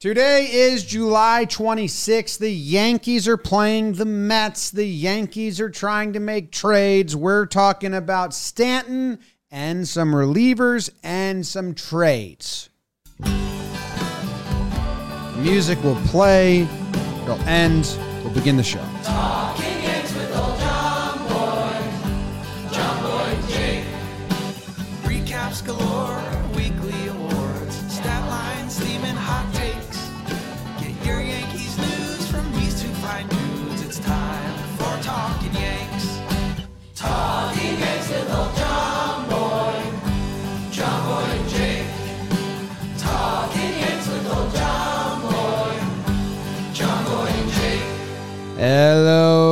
Today is July 26th. The Yankees are playing the Mets. The Yankees are trying to make trades. We're talking about Stanton and some relievers and some trades. Music will play, it'll end, we'll begin the show. Recaps galore, weekly awards, stat lines, theme, and hot takes. Get your Yankees news from these two fine dudes. It's time for Talking Yanks. Talking Yanks with old John Boy, John Boy and Jake. Talking Yanks with old John Boy, John Boy and Jake. Hello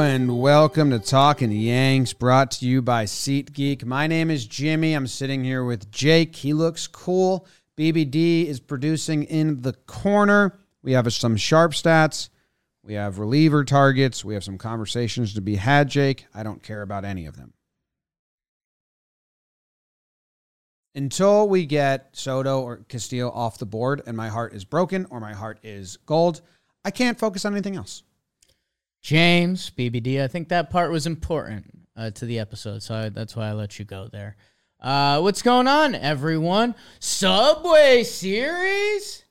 and welcome to Talking Yanks, brought to you by SeatGeek. My name is Jimmy. I'm sitting here with Jake. He looks cool. BBD is producing in the corner. We have some sharp stats. We have reliever targets. We have some conversations to be had, Jake. I don't care about any of them. Until we get Soto or Castillo off the board and my heart is broken or my heart is gold, I can't focus on anything else. James BBD. I think that part was important uh, to the episode, so I, that's why I let you go there. Uh, what's going on, everyone? Subway Series.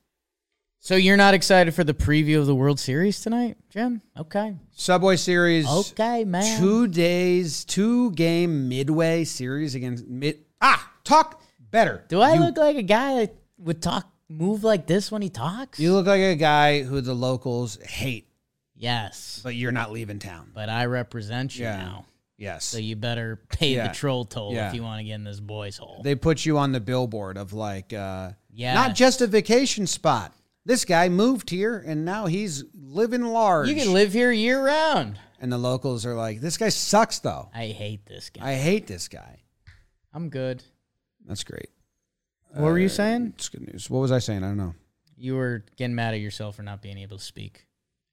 So you're not excited for the preview of the World Series tonight, Jim? Okay, Subway Series. okay, man. Two days, two game midway series against mid. Ah, talk better. Do I you, look like a guy that would talk, move like this when he talks? You look like a guy who the locals hate, yes, but you're not leaving town. but I represent you Yeah. now, Yes. so you better pay Yeah. the troll toll Yeah. if you want to get in this boys' hole. they put you on the billboard of like, uh, Yeah. not just a vacation spot. This guy moved here and now he's living large. you can live here year round. and the locals are like, this guy sucks though. I hate this guy. I hate this guy. I'm good. That's great. What were you saying? It's good news. What was I saying? I don't know. You were getting mad at yourself for not being able to speak.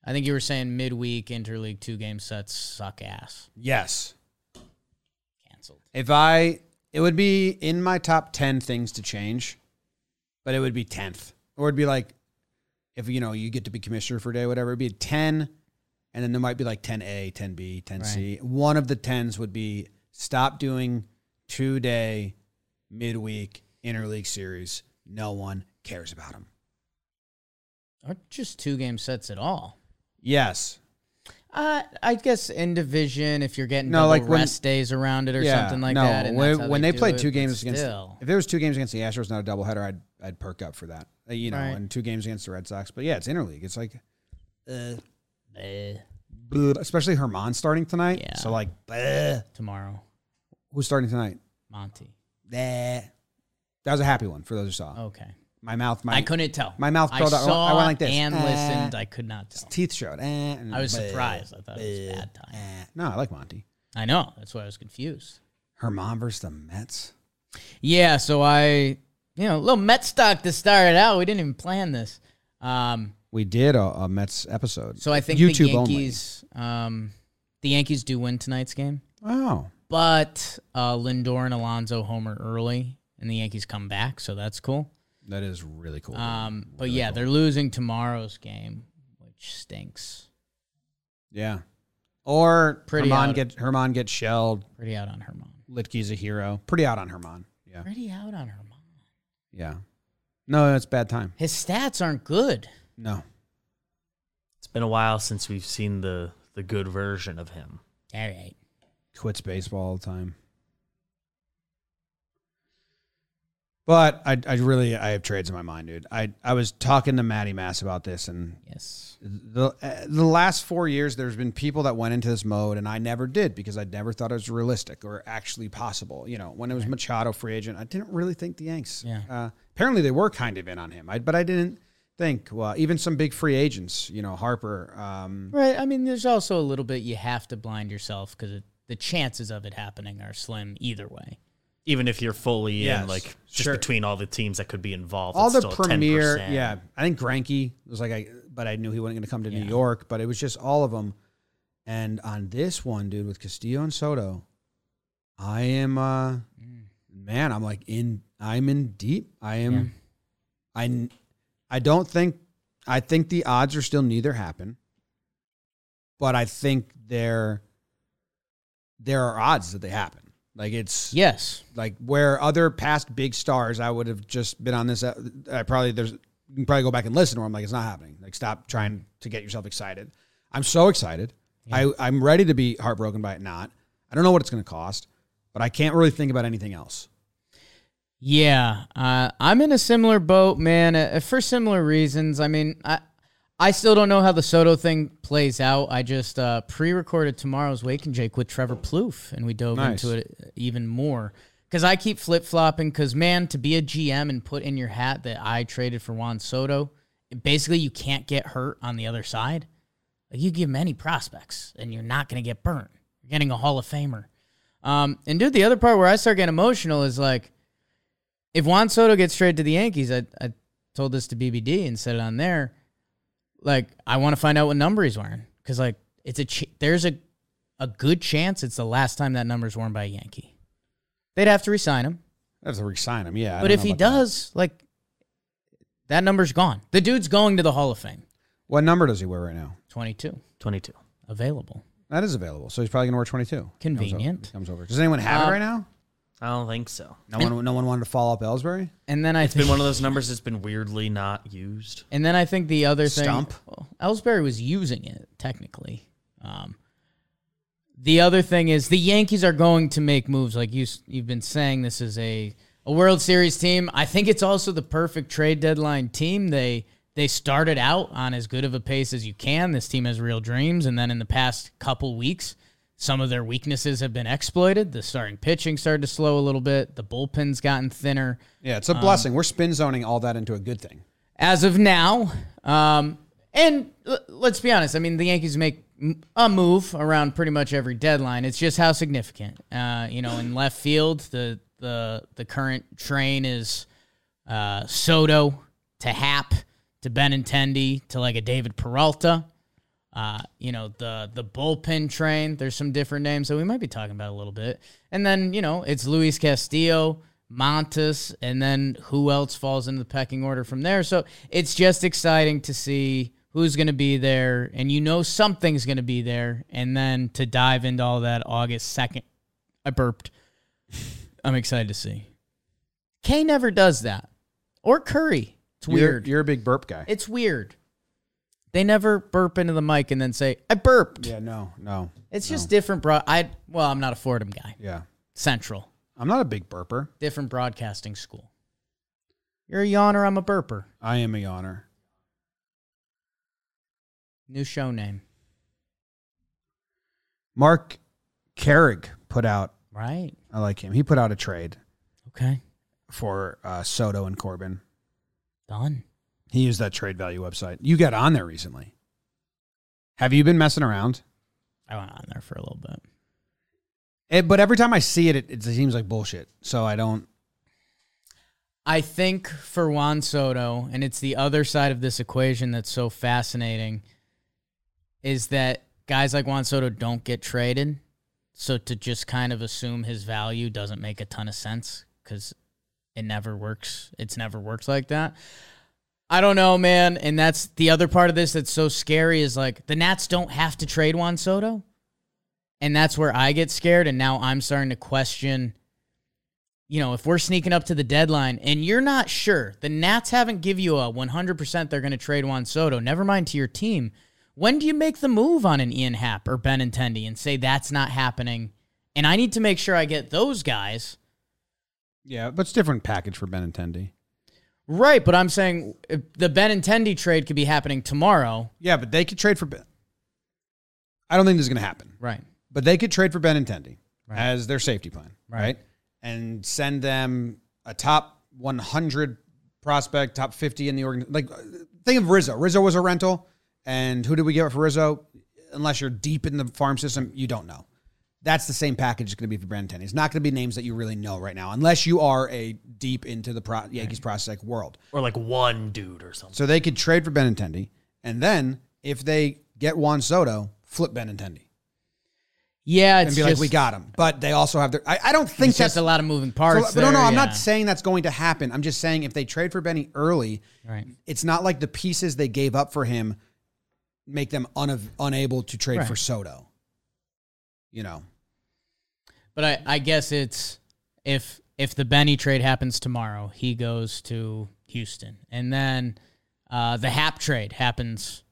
I think you were saying midweek interleague two game sets suck ass. Yes. Canceled. If I, it would be in my top 10 things to change, but it would be 10th. Or it'd be like, if you know, you get to be commissioner for a day, whatever, it'd be 10. And then there might be like 10A, 10B, 10C. One of the 10s would be stop doing two day, midweek, interleague series. No one cares about them. Or just two game sets at all. Yes. Uh, I guess in division, if you're getting No, double like when- rest days around it or something like that. and When, that's how when they, do played it, two but games against, still. if there was two games against the Astros, not a doubleheader, I'd I'd perk up for that. Uh, You know, Right. and two games against the Red Sox. But yeah, it's interleague. It's like, uh, Eh, bleh. especially Herman starting tonight. Yeah. So like, bleh. tomorrow, who's starting tonight? Monty. Bleh. That was a happy one for those who saw. Okay, My mouth, my Oh. I couldn't tell. my mouth I curled up. I went- saw I went like this. and Eh. listened. I could not tell. teeth showed. Eh, and I was bleh, surprised. I thought it was bad time. eh. No, I like Monty. I know. That's why I was confused. Herman versus the Mets. Yeah, so I, you know, a little Met stock to start it out. We didn't even plan this. Um, We did a, a Mets episode. so I think YouTube the Yankees, um, the Yankees do win tonight's game, only. Wow. but uh, Lindor and Alonzo homer early, and the Yankees come back, so that's cool. That is really cool. Um, but yeah, they're losing tomorrow's game, which stinks. Yeah. Or Pretty Herman out. get Herman gets shelled. Pretty out on Herman. Litke's a hero. Pretty out on Herman. Yeah. Pretty out on Herman. Yeah. No, it's bad time. His stats aren't good. No. It's been a while since we've seen the the good version of him. All right. Quits baseball all the time. But I, I really I have trades in my mind, dude. I, I was talking to Maddie Mass about this, and Yes. the uh, the last four years, there's been people that went into this mode, and I never did because I never thought it was realistic or actually possible. You know, when it was Machado free agent, I didn't really think the Yanks. Yeah. Uh, apparently, they were kind of in on him, I, but I didn't think. Well, even some big free agents, you know, Harper. Um, Right. I mean, there's also a little bit you have to blind yourself because the chances of it happening are slim either way. Even if you're fully Yes, in, like just sure. between all the teams that could be involved, all it's the still premier, 10%. yeah. I think Granky was like, I, but I knew he wasn't going to come to New York. But it was just all of them. And on this one, dude, with Castillo and Soto, I am, uh, Mm. man, I'm like in, I'm in deep. I am, I, I don't think I think the odds are still neither happen. But I think there there are odds that they happen. Like it's Yes. like where other past big stars I would have just been on this uh, I probably there's you can probably go back and listen where I'm like it's not happening. Like stop trying to get yourself excited. I'm so excited. I I'm ready to be heartbroken by it not. I don't know what it's going to cost, but I can't really think about anything else. Yeah, uh, I'm in a similar boat, man, uh, for similar reasons. I mean, I I still don't know how the Soto thing plays out. I just uh, pre-recorded tomorrow's Wake and Jake with Trevor Plouffe, and we dove Nice. into it uh, even more because I keep flip-flopping. Because man, to be a GM and put in your hat that I traded for Juan Soto, basically you can't get hurt on the other side. Like you give him any prospects, and you're not going to get burnt. You're getting a Hall of Famer. Um, and dude, the other part where I start getting emotional is like if Juan Soto gets traded to the Yankees, I, I told this to BBD and said it on there. Like, I want to find out what number he's wearing because, like, it's a ch- there's a a good chance it's the last time that number's worn by a Yankee. They'd have to resign him, I have to re-sign him. Yeah, I but don't if know he about that. does, like, that number's gone. The dude's going to the Hall of Fame. what number does he wear right now? Twenty two 22. available. That is available. So he's probably gonna wear 22. Comes o- Convenient. Comes over. Does anyone have Um, it right now? I don't think so. No one. No one wanted to follow up Ellsbury. And then I It's been one of those numbers that's been weirdly not used. And then I think the other Stump. thing, well, Ellsbury was using it technically. Um, the other thing is the Yankees are going to make moves, like you s- you've been saying. This is a a World Series team. I think it's also the perfect trade deadline team. They they started out on as good of a pace as you can. This team has real dreams, and then in the past couple weeks, some of their weaknesses have been exploited. The starting pitching started to slow a little bit. The bullpen's gotten thinner. Yeah, Uh, it's a blessing. We're spin zoning all that into a good thing. as of now. Um, and l- let's be honest. I mean, the Yankees make m- a move around pretty much every deadline. It's just how significant. Uh, you know, in left field, the the the current train is uh, Soto to Hap to Benintendi to like a David Peralta. Uh, you know the the bullpen train. There's some different names that we might be talking about a little bit, and then you know it's Luis Castillo, Montes, and then who else falls into the pecking order from there. So it's just exciting to see who's going to be there, and you know something's going to be there, and then to dive into all that August second. I burped. I'm excited to see. Kay never does that, or Curry. It's You're- weird. You're, a big burp guy. It's weird. They never burp into the mic and then say, I burped. yeah, no, no. It's just different broad I well, I'm not a Fordham guy. Yeah, Central. I'm not a big burper. Different broadcasting school. You're a yawner, I'm a burper. I am a yawner. New show name. Mark Carrig put out. Right. I like him. He put out a trade Okay. for uh, Soto and Corbin. Done. He used that trade value website. You got on there recently. Have you been messing around? I went on there for a little bit. It, Eh, but every time I see it, it, it seems like bullshit. So I don't. I think for Juan Soto, and it's the other side of this equation that's so fascinating, is that guys like Juan Soto don't get traded. So to just kind of assume his value doesn't make a ton of sense because it never works. It's never worked like that. I don't know, man. And that's the other part of this that's so scary is like the Nats don't have to trade Juan Soto. And that's where I get scared. And now I'm starting to question you know, if we're sneaking up to the deadline and you're not sure, the Nats haven't give you a 100% they're going to trade Juan Soto, never mind to your team. When do you make the move on an Ian Happ or Benintendi and say that's not happening? And I need to make sure I get those guys Yeah, but it's different package for Benintendi. right. But I'm saying uh, the Benintendi trade could be happening tomorrow. Yeah, but they could trade for. Ben- I don't think this is going to happen. Right. But they could trade for Benintendi Right. as their safety plan, Right. right. And send them a top 100 prospect, top 50 in the organ. Like, uh, think of Rizzo. Rizzo was a rental, and who did we get for Rizzo? Unless you're deep in the farm system, you don't know. That's the same package it's going to be for Benintendi. It's not going to be names that you really know right now, unless you are a deep into the pro- Yankees prospect world. Or like one dude or something. So they could trade for Benintendi, and then if they get Juan Soto, flip Benintendi. Yeah, it's and be like, just, we got him. But they also have their. I, I don't think It's that's just a lot of moving parts. So, no, no, there, I'm yeah. not saying that's going to happen. I'm just saying if they trade for Benny early, Right. it's not like the pieces they gave up for him make them una- unable to trade Right. for Soto. You know, But I, I guess it's if if the Benny trade happens tomorrow, he goes to Houston, and then uh, the Hap trade happens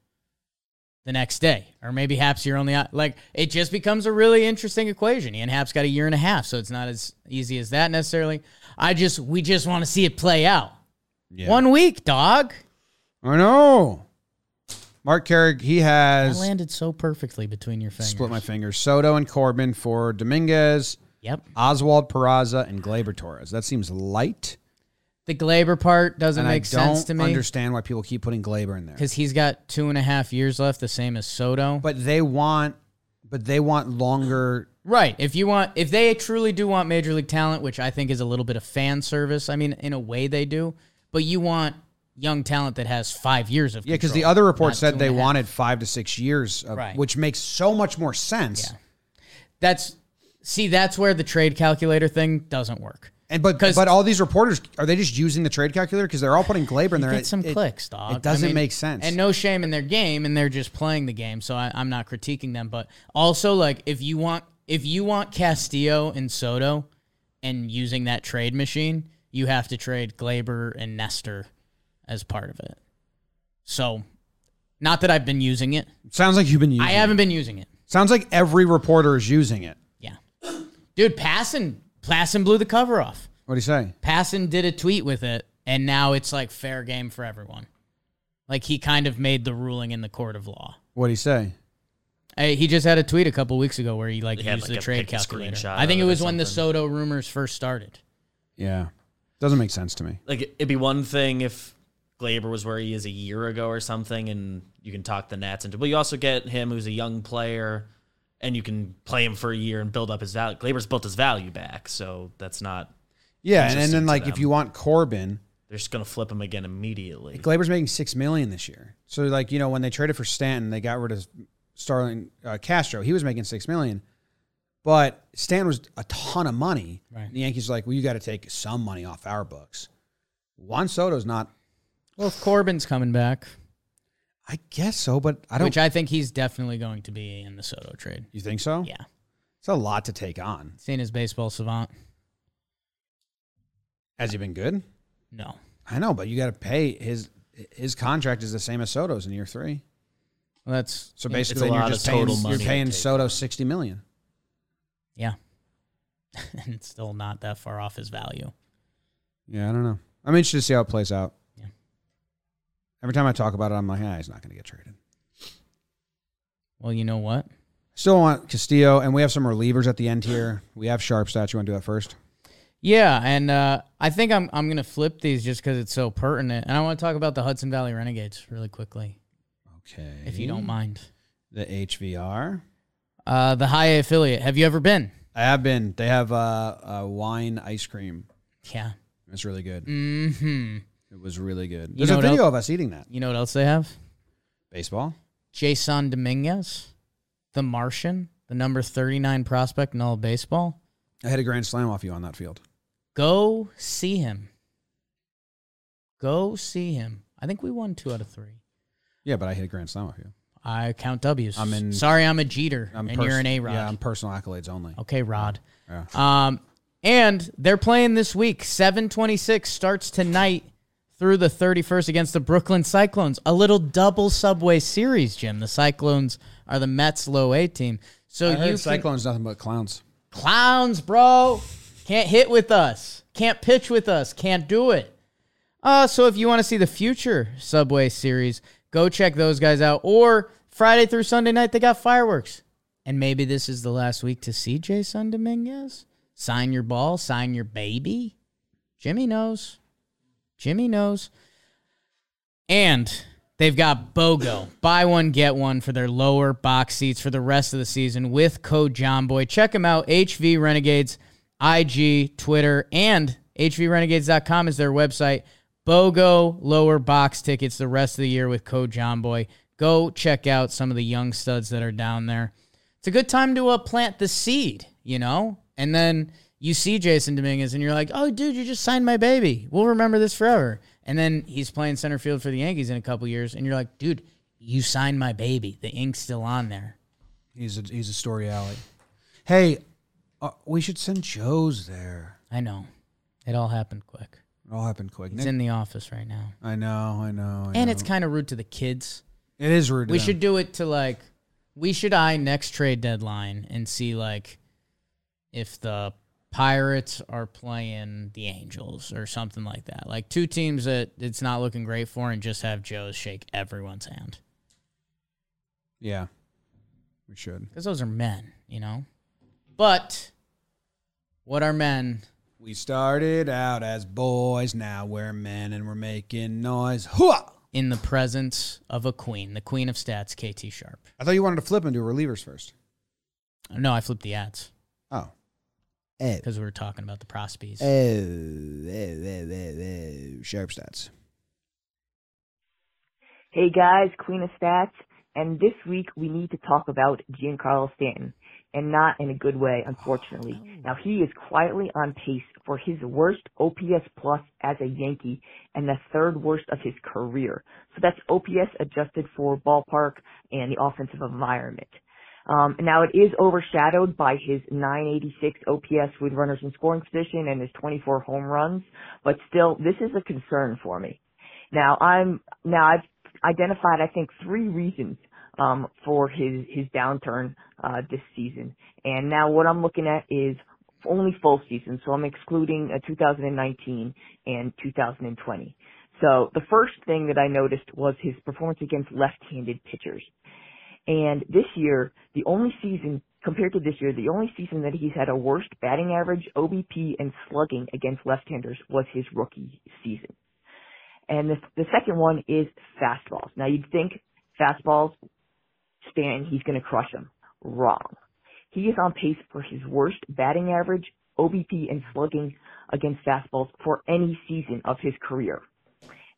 the next day, or maybe Hap's your only op- like. It just becomes a really interesting equation. Ian Hap's got a year and a half, so it's not as easy as that necessarily. I just we just want to see it play out. One week, dog. I know. Mark Carrick, he I has landed so perfectly between your fingers. split my fingers. Soto and Corbin for Dominguez, Yep. Oswald Peraza, and Glaber Torres. That seems light, The Glaber part doesn't and make I don't sense to me understand why people keep putting Glaber in there. because he's got two and a half years left, the same as Soto. But they want, but they want longer Right. If you want, if they truly do want major league talent, which I think is a little bit of fan service. I mean, in a way they do, but you want young talent that has five years of Yeah, because the control, other report not two said and they a half. wanted five to six years, of, Right. which makes so much more sense. Yeah. that's see that's where the trade calculator thing doesn't work. And but 'Cause- but all these reporters are they just using the trade calculator because they're all putting Glaber in there? Get It- some it- clicks, dog. It doesn't I mean, make sense. And no shame in their game, and they're just playing the game. So I, I'm not critiquing them, but also like if you want if you want Castillo and Soto, and using that trade machine, you have to trade Glaber and Nestor as part of it. So, not that I've been using it. sounds like you've been using. I it. haven't been using it. Sounds like every reporter is using it. Yeah, dude, Passon Passon blew the cover off. What do you say? Passon did a tweet with it, and now it's like fair game for everyone. Like he kind of made the ruling in the court of law. What do you say? Uh, he just had a tweet a couple weeks ago where he like had, used like, the a trade pic- a calculator. screenshot I think it of it or was when the something. Soto rumors first started. Yeah, doesn't make sense to me. Like it'd be one thing if Glaber was where he is a year ago or something, and you can talk the Nats into. But you also get him who's a young player, and you can play him for a year and build up his value. Glaber's built his value back, so that's not. Yeah, and, and Interesting then to like if them. you want Corbin, They're just gonna flip him again immediately. Glaber's making six million this year. So like you know when they traded for Stanton, they got rid of Starling uh, Castro. He was making six million, but Stanton was a ton of money. Right. The Yankees were like, well, you got to take some money off our books. Juan Soto's not. Well, if Corbin's coming back, I guess so, but I don't. which I think he's definitely going to be in the Soto trade. you think so? Yeah, it's a lot to take on. seeing his baseball savant. Has he been good? No, I know, but you got to pay his his contract is the same as Soto's in year three. well, that's So yeah, basically, lot you're of just total paying, you're money to paying take Soto sixty million. yeah, and it's still not that far off his value. Yeah, I don't know. I'm interested to see how it plays out. Yeah. Every time I talk about it, I'm like, ah, he's not going to get traded. Well, you know what? Still want Castillo, and we have some relievers at the end here. We have Sharp You want to do that first? Yeah, and uh, I think I'm I'm gonna flip these just because it's so pertinent, and I want to talk about the Hudson Valley Renegades really quickly, Okay. if you don't mind. The HVR. Uh, the high A affiliate. Have you ever been? I have been. They have uh, uh, wine ice cream. Yeah. It's really good. Hmm. It was really good. You There's know a what video of us eating that. You know what else they have? Baseball. Jason Dominguez, the Martian, the number 39 prospect in all of baseball. I had a grand slam off you on that field. Go see him. Go see him. I think we won two out of three. Yeah, but I hit a grand slam off you. I count W's. I'm in- Sorry, I'm a Jeter, I'm and you're pers- an A Rod. Yeah, I'm personal accolades only. okay, Rod. Yeah. Um, and they're playing this week. 726 starts tonight through the 31st against the Brooklyn Cyclones. A little double subway series, Jim. The Cyclones are the Mets low A team. So I heard you can- Cyclones nothing but clowns. clowns, bro. Can't hit with us. Can't pitch with us. Can't do it. Uh, so if you want to see the future Subway series, go check those guys out. Or Friday through Sunday night, they got fireworks. And maybe this is the last week to see Jason Dominguez. Sign your ball, sign your baby. Jimmy knows. Jimmy knows. And they've got BOGO. Buy one, get one for their lower box seats for the rest of the season with code JOHNBOY. Check them out. HV Renegades, IG, Twitter, and HVRenegades.com is their website. BOGO lower box tickets the rest of the year with code JOHNBOY. Go check out some of the young studs that are down there. it's a good time to uh, plant the seed, you know? And then you see Jason Dominguez and you're like, oh, dude, you just signed my baby. We'll remember this forever. And then he's playing center field for the Yankees in a couple years. And you're like, dude, you signed my baby. The ink's still on there. He's a, he's a story alley. Hey, uh, we should send Joe's there. I know. It all happened quick. It all happened quick. It's Nick- in the office right now. I know, I know. I And know. it's kind of rude to the kids. it is rude. to We them. should do it to like we should eye next trade deadline and see like if the Pirates are playing the Angels or something like that. Like two teams that it's not looking great for and just have Joe's shake everyone's hand. Yeah, we should. Because those are men, you know? But what are men? We started out as boys, now we're men and we're making noise. Hooah! In the presence of a queen, the queen of stats, KT Sharp. I thought you wanted to flip into relievers first. No, I flipped the ads Oh. Eh, because we were talking about the prospies. Oh, oh, oh, oh, oh. Sharp stats. Hey guys, Queen of Stats, and this week we need to talk about Giancarlo Stanton, and not in a good way, unfortunately. Now he is quietly on pace for his worst OPS plus as a Yankee, and the third worst of his career. So that's OPS adjusted for ballpark and the offensive environment. Um, now it is overshadowed by his 986 OPS with runners in scoring position and his 24 home runs, but still, this is a concern for me. Now I'm now I've identified I think three reasons um, for his his downturn uh, this season, and now what I'm looking at is only full season, so I'm excluding uh, 2019 and 2020. So the first thing that I noticed was his performance against left-handed pitchers. And this year, the only season compared to this year, the only season that he's had a worst batting average, OBP, and slugging against left-handers was his rookie season. And the, the second one is fastballs. Now you'd think fastballs, Stanton, he's going to crush them. Wrong. He is on pace for his worst batting average, OBP, and slugging against fastballs for any season of his career.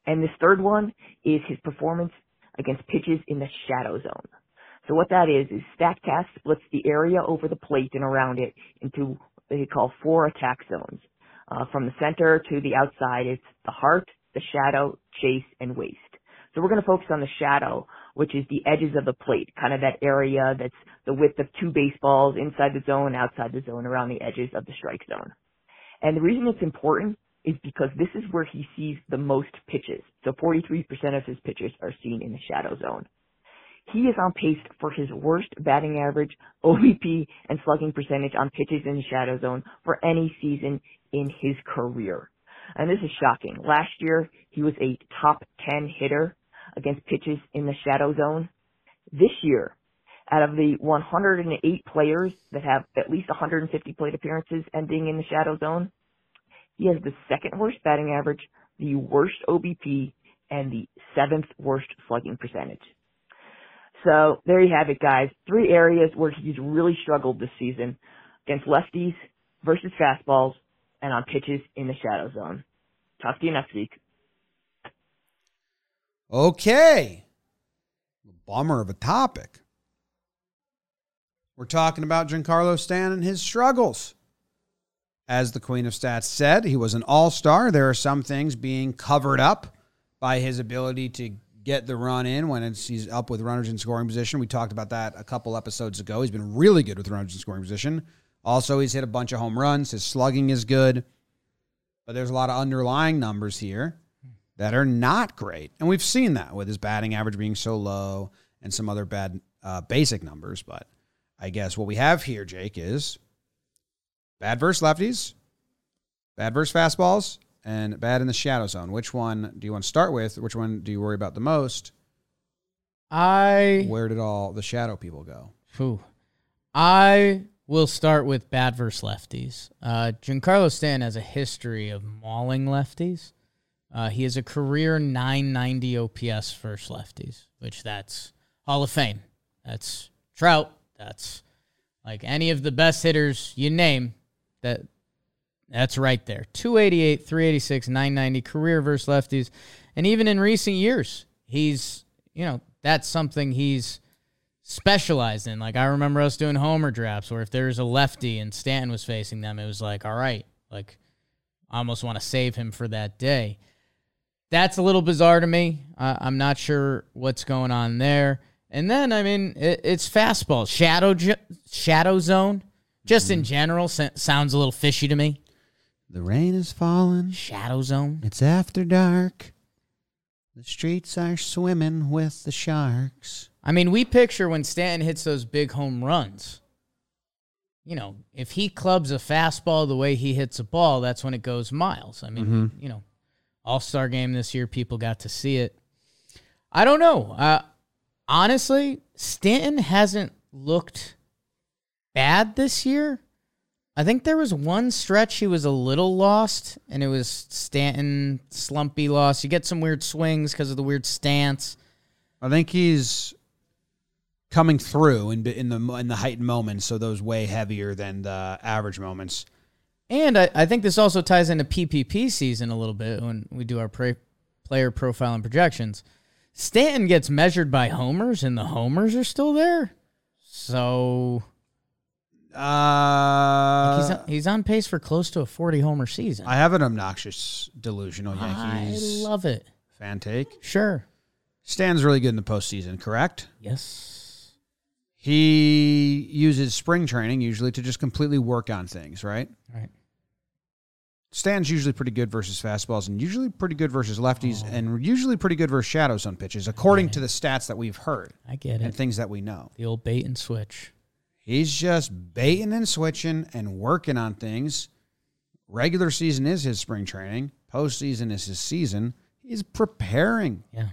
And this third one is his performance against pitches in the shadow zone. So what that is, is StatCast splits the area over the plate and around it into what they call four attack zones. Uh, from the center to the outside, it's the heart, the shadow, chase, and waist. So we're going to focus on the shadow, which is the edges of the plate, kind of that area that's the width of two baseballs inside the zone, outside the zone, around the edges of the strike zone. And the reason it's important is because this is where he sees the most pitches. So 43% of his pitches are seen in the shadow zone. He is on pace for his worst batting average, OBP, and slugging percentage on pitches in the shadow zone for any season in his career. And this is shocking. Last year, he was a top 10 hitter against pitches in the shadow zone. This year, out of the 108 players that have at least 150 plate appearances ending in the shadow zone, he has the second worst batting average, the worst OBP, and the seventh worst slugging percentage. So there you have it, guys. Three areas where he's really struggled this season against lefties versus fastballs and on pitches in the shadow zone. Talk to you next week. Okay. Bummer of a topic. We're talking about Giancarlo Stanton and his struggles. As the Queen of Stats said, he was an all star. There are some things being covered up by his ability to get the run in when it's, he's up with runners in scoring position. We talked about that a couple episodes ago. He's been really good with runners in scoring position. Also, he's hit a bunch of home runs. His slugging is good. But there's a lot of underlying numbers here that are not great. And we've seen that with his batting average being so low and some other bad uh, basic numbers. But I guess what we have here, Jake, is bad versus lefties, bad versus fastballs, and bad in the shadow zone. Which one do you want to start with? Which one do you worry about the most? I Where did all the shadow people go? Whew. I will start with bad versus lefties. Uh, Giancarlo Stanton has a history of mauling lefties. Uh, he has a career 990 OPS versus lefties, which that's Hall of Fame. That's Trout. That's like any of the best hitters you name. That that's right there. 288, 386, 990 career versus lefties, and even in recent years, he's you know that's something he's specialized in. Like I remember us doing homer drafts where if there was a lefty and Stanton was facing them, it was like, all right, like I almost want to save him for that day. That's a little bizarre to me. Uh, I'm not sure what's going on there. And then I mean, it, it's fastball shadow j- shadow zone. Just in general, sa- sounds a little fishy to me. The rain is falling. Shadow zone. It's after dark. The streets are swimming with the sharks. I mean, we picture when Stanton hits those big home runs. You know, if he clubs a fastball the way he hits a ball, that's when it goes miles. I mean, you know, All Star game this year, people got to see it. I don't know. Uh, honestly, Stanton hasn't looked bad this year. I think there was one stretch he was a little lost, and it was Stanton slumpy loss. You get some weird swings because of the weird stance. I think he's coming through in in the in the heightened moments, so those way heavier than the average moments. And I, I think this also ties into PPP season a little bit when we do our pra- player profile and projections. Stanton gets measured by homers, and the homers are still there. So Uh, he's, on, he's on pace for close to a 40 homer season. I have an obnoxious, delusional I Yankees love it. fan take. Sure. Stan's really good in the postseason, correct? Yes. He uses spring training usually to just completely work on things, right? Right. Stan's usually pretty good versus fastballs and usually pretty good versus lefties Oh. and usually pretty good versus shadow zone pitches, according to the stats that we've heard I get and it. things that we know. The old bait and switch. He's just baiting and switching and working on things. Regular season is his spring training, postseason is his season. He's preparing. Yeah.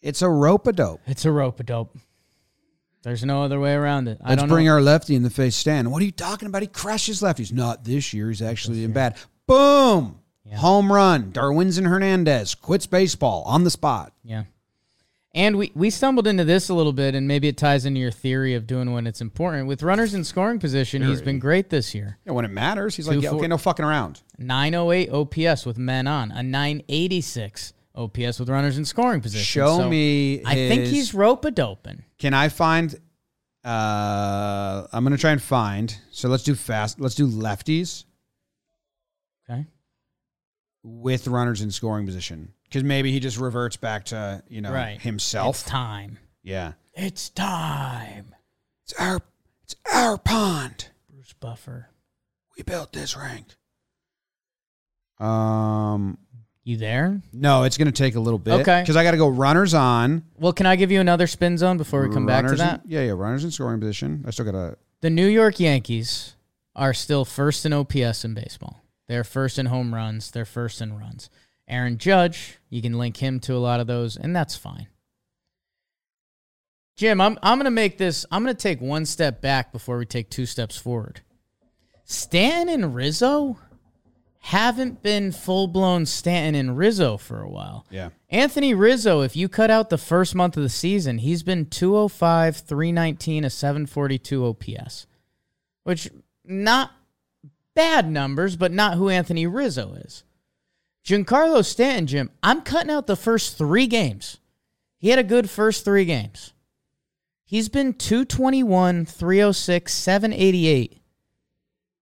It's a rope a dope. It's a rope a dope. There's no other way around it. I Let's don't bring know. our lefty in the face stand. What are you talking about? He crushes lefties. Not this year. He's actually in bad. Boom. Yeah. Home run. Darwin's and Hernandez quits baseball on the spot. Yeah. And we, we stumbled into this a little bit, and maybe it ties into your theory of doing when it's important. With runners in scoring position, he's been great this year. oh Yeah, when it matters, he's like, Two, yeah, four- okay, no fucking around. 908 OPS with men on, a 986 OPS with runners in scoring position. Show So me. I think his- he's rope a doping. Can I find? Uh, I'm gonna try and find. So let's do fast. Let's do lefties Okay. with runners in scoring position because maybe he just reverts back to you know right. himself. It's time. yeah, It's time. it's our it's our pond. Bruce Buffer. We built this rink. Um, You there? no, it's gonna take a little bit. Okay. because I got to go runners on. Well, can I give you another spin zone before we come back to runners in- that? yeah, yeah, runners in scoring position. I still gotta. The New York Yankees are still first in OPS in baseball. They're first in home runs. They're first in runs. Aaron Judge, you can link him to a lot of those, and that's fine. Jim, I'm, I'm going to make this, I'm going to take one step back before we take two steps forward. Stanton and Rizzo haven't been full blown Stanton and Rizzo for a while. Yeah, Anthony Rizzo, if you cut out the first month of the season, he's been 205, 319, a 742 OPS, which not bad numbers, but not who Anthony Rizzo is. Giancarlo Stanton, Jim, I'm cutting out the first three games. He had a good first three games. He's been 221, 306, 788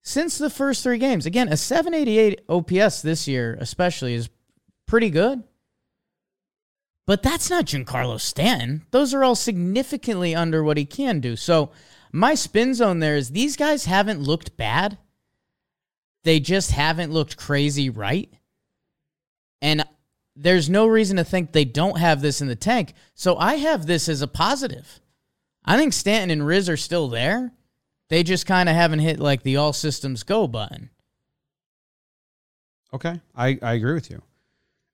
since the first three games. Again, a 788 OPS this year, especially, is pretty good. But that's not Giancarlo Stanton. Those are all significantly under what he can do. So my spin zone there is these guys haven't looked bad. They just haven't looked crazy right. And there's no reason to think they don't have this in the tank. So I have this as a positive. I think Stanton and Riz are still there. They just kind of haven't hit like the all systems go button. Okay, I, I agree with you.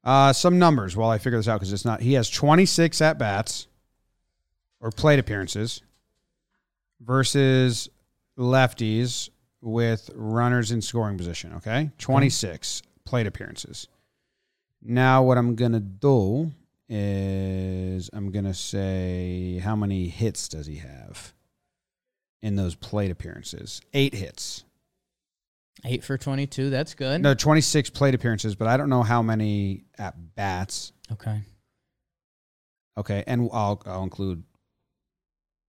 Uh, some numbers while I figure this out because it's not. He has 26 at bats or plate appearances versus lefties with runners in scoring position. Okay, 26 plate appearances. Now what I'm gonna do is I'm gonna say how many hits does he have in those plate appearances? Eight hits. Eight for 22. That's good. No, 26 plate appearances, but I don't know how many at bats. Okay. Okay, and I'll I'll include.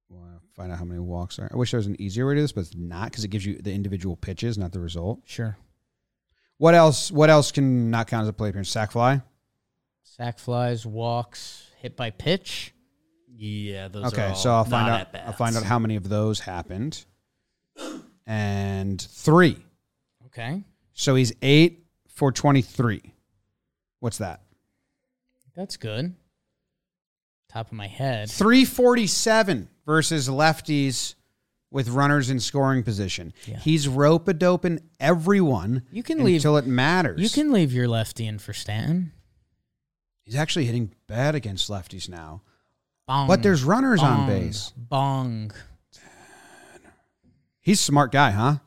well, Find out how many walks are. I wish there was an easier way to do this, but it's not because it gives you the individual pitches, not the result. Sure. What else? What else can not count as a play appearance? Sack fly. Sack flies, walks, hit by pitch. Yeah, those are okay, all so I'll find not out. I'll at-bats. find out how many of those happened. And three. Okay. So he's eight for twenty-three. What's that? That's good. Top of my head. 347 versus lefties with runners in scoring position. He's rope a doping everyone You can leave. until it matters. You can leave your lefty in for Stanton. He's actually hitting bad against lefties now. Bong. But there's runners on bong, base. Bong. He's a smart guy, huh?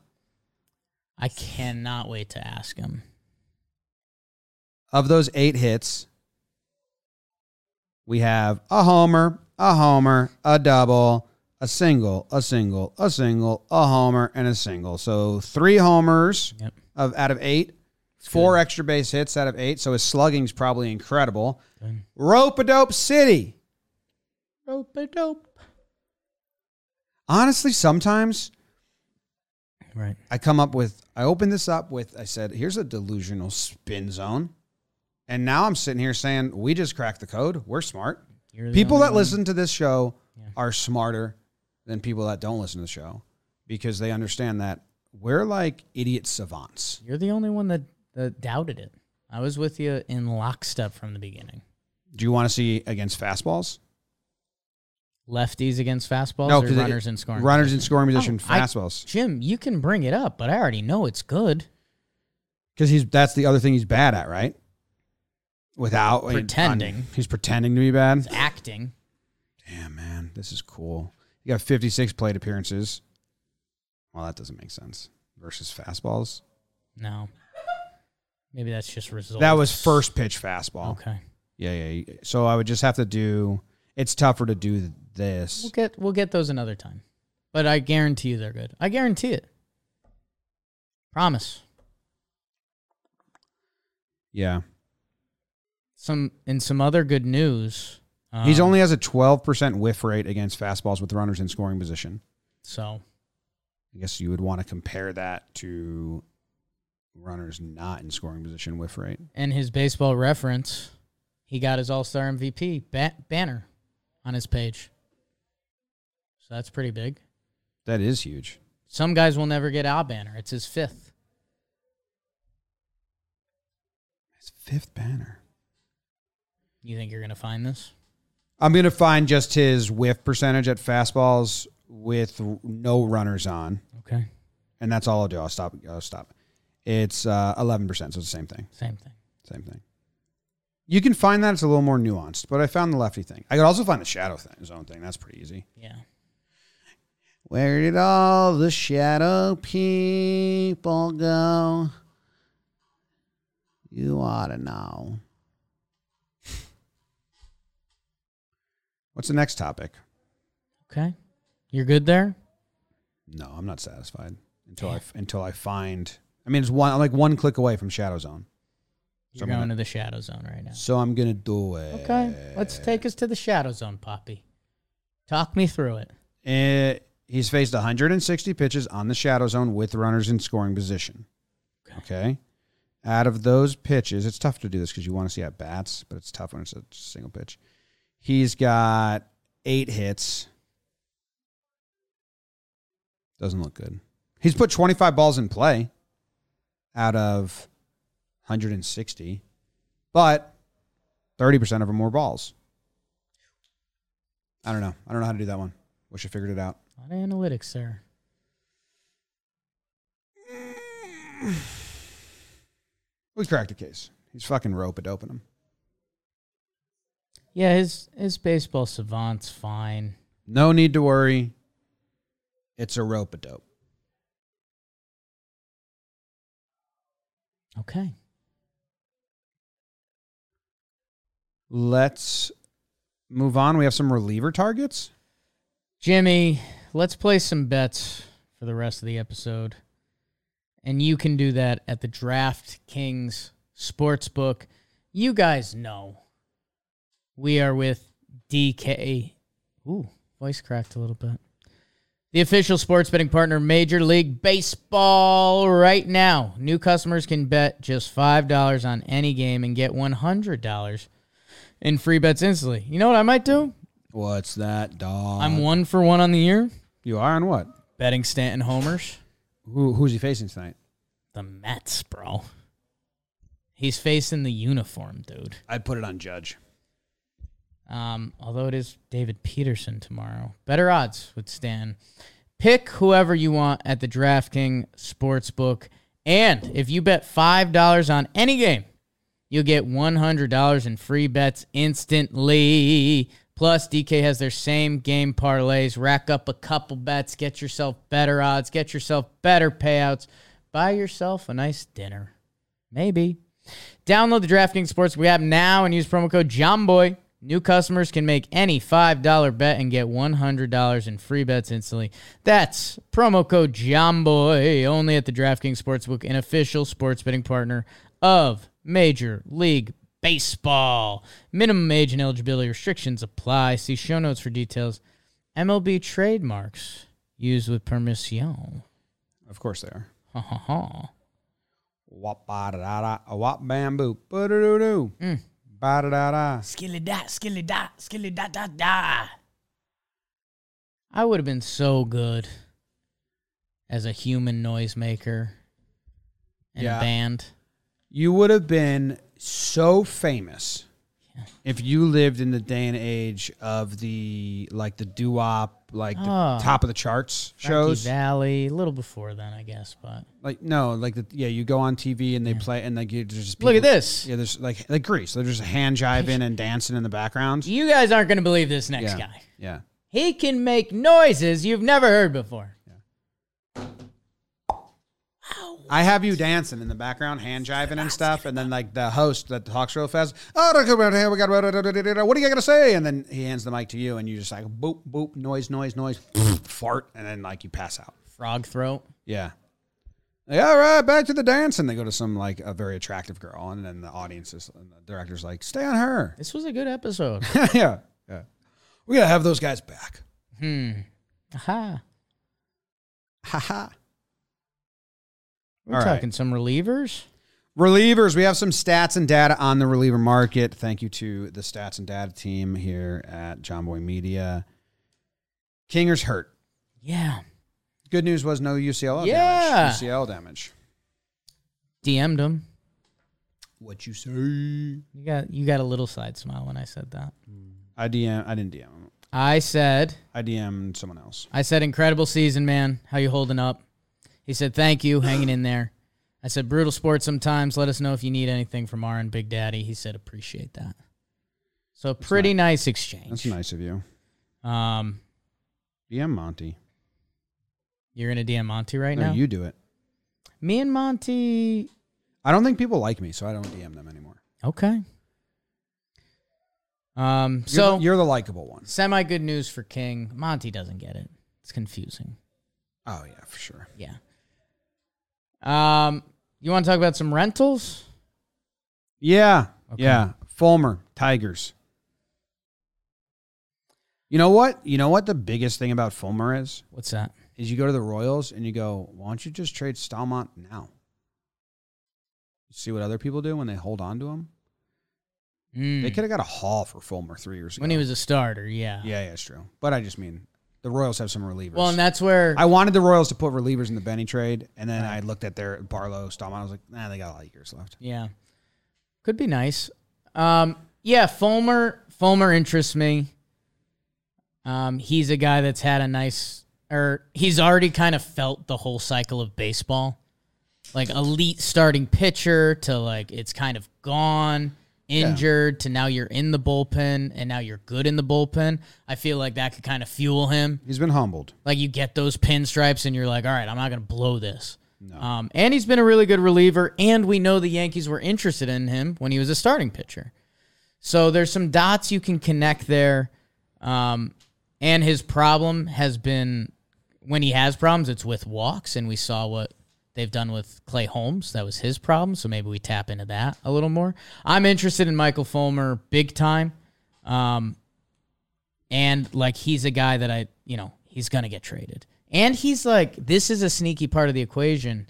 I cannot wait to ask him. Of those eight hits, we have a homer, a homer, a double, a single, a single, a single, a homer, and a single. So three homers Yep. of out of eight, four extra base hits out of eight. So his slugging's probably incredible. Good. Rope a dope city. Rope-a-dope. Honestly, sometimes Right. I come up with, I opened this up with, I said, here's a delusional spin zone. And now I'm sitting here saying, we just cracked the code. We're smart. You're the People only that one. listen to this show Yeah. are smarter than people that don't listen to the show because they understand that we're like idiot savants. You're the only one that, that doubted it. I was with you in lockstep from the beginning. Do you want to see against fastballs? Lefties against fastballs or 'cause it- runners in scoring. Runners in position? scoring position, Oh, I- fastballs. Jim, you can bring it up, but I already know it's good. Because he's that's the other thing he's bad at, right? Without Pretending. on- he's pretending to be bad. It's acting. Damn, man, this is cool. You got 56 plate appearances. Well, that doesn't make sense. Versus fastballs. No. Maybe that's just results. That was first pitch fastball. Okay. Yeah, yeah. yeah. So I would just have to do. It's tougher to do We'll this. get we'll get those another time. But I guarantee you they're good. I guarantee it. Promise. Yeah, Some in some other good news. Um, he's only has a 12% whiff rate against fastballs with runners in scoring position. so I guess you would want to compare that to runners not in scoring position whiff rate. and his baseball reference, he got his All Star MVP ba- banner on his page. So that's pretty big. That is huge. Some guys will never get our banner. It's his fifth. His fifth banner. You think you're gonna find this? I'm going to find just his whiff percentage at fastballs with no runners on, Okay. and that's all I'll do. I'll stop. I'll stop. It's uh, 11%, so it's the same thing. Same thing. Same thing. You can find that it's a little more nuanced, but I found the lefty thing. I could also find the shadow thing, zone thing. That's pretty easy. Yeah. Where did all the shadow people go? You ought to know. What's the next topic? Okay. You're good there? No, I'm not satisfied until I until I find. I mean, it's one. I'm like one click away from shadow zone, You're I'm going to the shadow zone right now. so I'm gonna do it. Okay. Let's take us to the shadow zone, Poppy. Talk me through it. Eh, he's faced 160 pitches on the shadow zone with runners in scoring position. Okay. Out of those pitches, it's tough to do this because you want to see at bats, but it's tough when it's a single pitch. He's got eight hits. Doesn't look good. He's put 25 balls in play out of 160, but 30% of them were balls. I don't know. I don't know how to do that one. Wish I figured it out. A lot of analytics there. We cracked the case. He's fucking rope at open him. Yeah, his his baseball savant's fine. No need to worry. It's a rope a dope. Okay. Let's move on. We have some reliever targets. Jimmy, let's play some bets for the rest of the episode. And you can do that at the DraftKings Sportsbook. You guys know we are with DK. Ooh, voice cracked a little bit. The official sports betting partner, Major League Baseball, right now. New customers can bet just $5 on any game and get $100 in free bets instantly. You know what I might do? What's that, dog? I'm one for one on the year, you are on what? betting Stanton homers. Who, who's he facing tonight? The Mets, bro. He's facing the uniform, dude. I'd put it on Judge. Um, although it is David Peterson tomorrow. Better odds with Stan. Pick whoever you want at the DraftKings Sportsbook. And if you bet $5 on any game, you'll get $100 in free bets instantly. Plus, DK has their same game parlays. Rack up a couple bets, get yourself better odds, get yourself better payouts, buy yourself a nice dinner. Maybe. Download the DraftKings Sportsbook app now and use promo code JOMBOY. New customers can make any $5 bet and get $100 in free bets instantly. That's promo code JOMBOY only at the DraftKings Sportsbook, an official sports betting partner of Major League Baseball. Minimum age and eligibility restrictions apply. See show notes for details. MLB trademarks used with permission. Of course they are. Ha ha ha. Wop ba da da da, a wop bamboo, ba da doo doo, ba da da da. Skilly da, skilly da, skilly da da da. I would have been so good as a human noisemaker in Yeah. a band. You would have been so famous if you lived in the day and age of the like the doo wop, like the Oh. top of the charts Frankie shows. Valley, a little before then, I guess, but Like no, like the, yeah, you go on TV and they play and like you there's just look at people- this. Yeah, there's like like Greece. They're just hand jiving and dancing in the background. You guys aren't gonna believe this Yeah, next guy. yeah. He can make noises you've never heard before. I have you dancing in the background, hand jiving and stuff, and then like the host that talks real fast. Oh, look over here, we got. What are you gonna say? And then he hands the mic to you, and you just like boop boop noise noise noise fart, and then like you pass out. Frog throat. Yeah. Like, all right, back to the dance, and they go to some like a very attractive girl, and then the audience is, and the director's like, stay on her. This was a good episode. yeah, yeah. We gotta have those guys back. hmm. Aha. Haha. We're All right. talking some relievers. Relievers, we have some stats and data on the reliever market. Thank you to the stats and data team here at John Boy Media. Kinger's hurt. Yeah. Good news was no UCL Yeah. damage. UCL damage. DM'd him. What you say? You got you got a little side smile when I said that. I DM. I didn't DM. him. I said I DM'd someone else. I said incredible season, man. How you holding up? He said thank you, hanging in there. I said brutal sport sometimes. Let us know if you need anything from our and Big Daddy. He said appreciate that. So pretty nice exchange. That's nice of you. Um, DM Monty. you're gonna DM Monty right No, now. you do it. Me and Monty. I don't think people like me, so I don't DM them anymore. Okay. Um. You're So the, you're the likable one. semi good news for King. Monty doesn't get it. It's confusing. Oh yeah, for sure. Yeah. Um, you want to talk about some rentals? Yeah. Okay. Yeah. Fulmer, Tigers. You know what? You know what the biggest thing about Fulmer is? What's that? Is you go to the Royals and you go, why don't you just trade Stalmont now? See what other people do when they hold on to him? They Mm. could have got a haul for Fulmer three years ago. When he was a starter, yeah. yeah, yeah, it's true. But I just mean the Royals have some relievers. Well, and that's where I wanted the Royals to put relievers in the Benny trade, and then I looked at their Barlow, Stalmont. I was like, nah, they got a lot of years left. yeah could be nice. Um, yeah, Fulmer Fulmer interests me. Um, he's a guy that's had a nice, or he's already kind of felt the whole cycle of baseball, like elite starting pitcher to like it's kind of gone, injured to now you're in the bullpen and now you're good in the bullpen. I feel like that could kind of fuel him. He's been humbled. Like you get those pinstripes and you're like, all right, I'm not going to blow this. Um, and he's been a really good reliever, and we know the Yankees were interested in him when he was a starting pitcher. So there's some dots you can connect there. Um, and his problem has been when he has problems, it's with walks, and we saw what they've done with Clay Holmes. That was his problem. So maybe we tap into that a little more. I'm interested in Michael Fulmer big time. Um, and like he's a guy that I, you know, he's gonna get traded. And he's like, this is a sneaky part of the equation.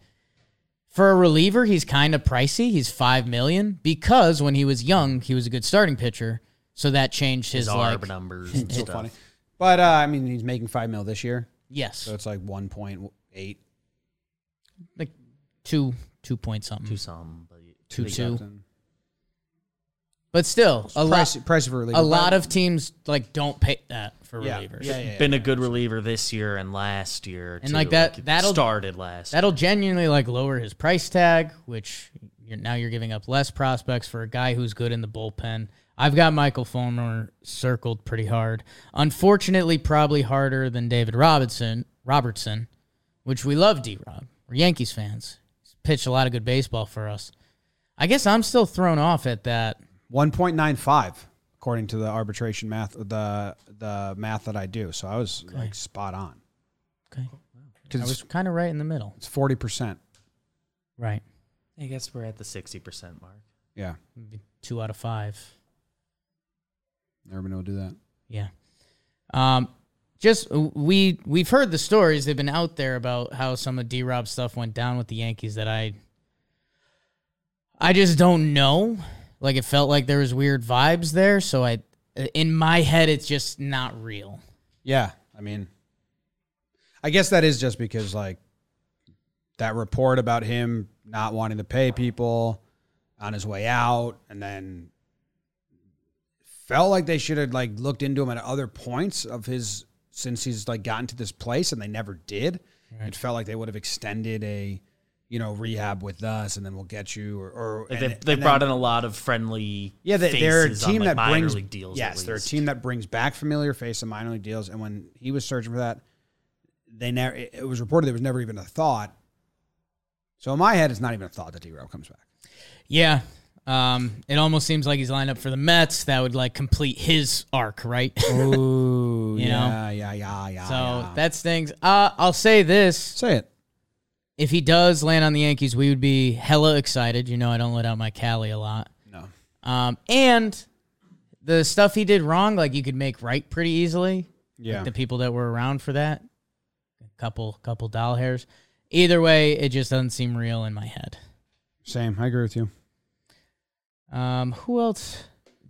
For a reliever, he's kind of pricey. He's five million because when he was young, he was a good starting pitcher. So that changed his, His like, arb numbers and So stuff. funny. But uh, I mean, he's making five mil this year, yes, so it's like one point eight. like two two point something, To some, but two two. something. But still, a price, lot price for a reliever. a lot of teams like don't pay that for yeah, yeah, relievers. yeah, yeah. been a good reliever this year and last year, And, too. like, that- it that'll- started last. That'll genuinely like lower his price tag, which you're, now you're giving up less prospects for a guy who's good in the bullpen. I've got Michael Fulmer circled pretty hard. Unfortunately, probably harder than David Robinson, Robertson, which we love D Rob. We're Yankees fans. He's pitched a lot of good baseball for us. I guess I'm still thrown off at that. One point nine five, according to the arbitration math, the the math that I do. So I was like spot on Okay. I because was kind of right in the middle. it's forty percent. Right. I guess we're at the 60% mark. Yeah, Maybe two out of five. everybody will do that. Yeah. Um, just we we've heard the stories. They've been out there about how some of D Rob stuff went down with the Yankees that I I just don't know. Like it felt like there was weird vibes there, so I uh, in my head it's just not real. Yeah, I mean, I guess that is just because like that report about him not wanting to pay people on his way out, and then felt like they should have like looked into him at other points of his since he's like gotten to this place, and they never did. It felt like they would have extended a you know rehab with us, and then we'll get you or, or Like and- they they and brought then- in a lot of friendly yeah, they, they're a faces on, team like, that minor brings league deals. at Yes, they're a least. team that brings back familiar face and minor league deals. And when he was searching for that, they never. It it was reported there was never even a thought. So in my head, it's not even a thought that D. Row comes back. Yeah. Um, it almost seems like he's lined up for the Mets. That would like complete his arc, right? Ooh, You know? yeah, yeah, yeah, yeah. so yeah. that stings. Uh, I'll say this: say it. if he does land on the Yankees, we would be hella excited. You know, I don't let out my Cali a lot. No, Um, and the stuff he did wrong, like you could make right pretty easily. yeah, The people that were around for that, a couple couple doll hairs. Either way, it just doesn't seem real in my head. same. I agree with you. Um, who else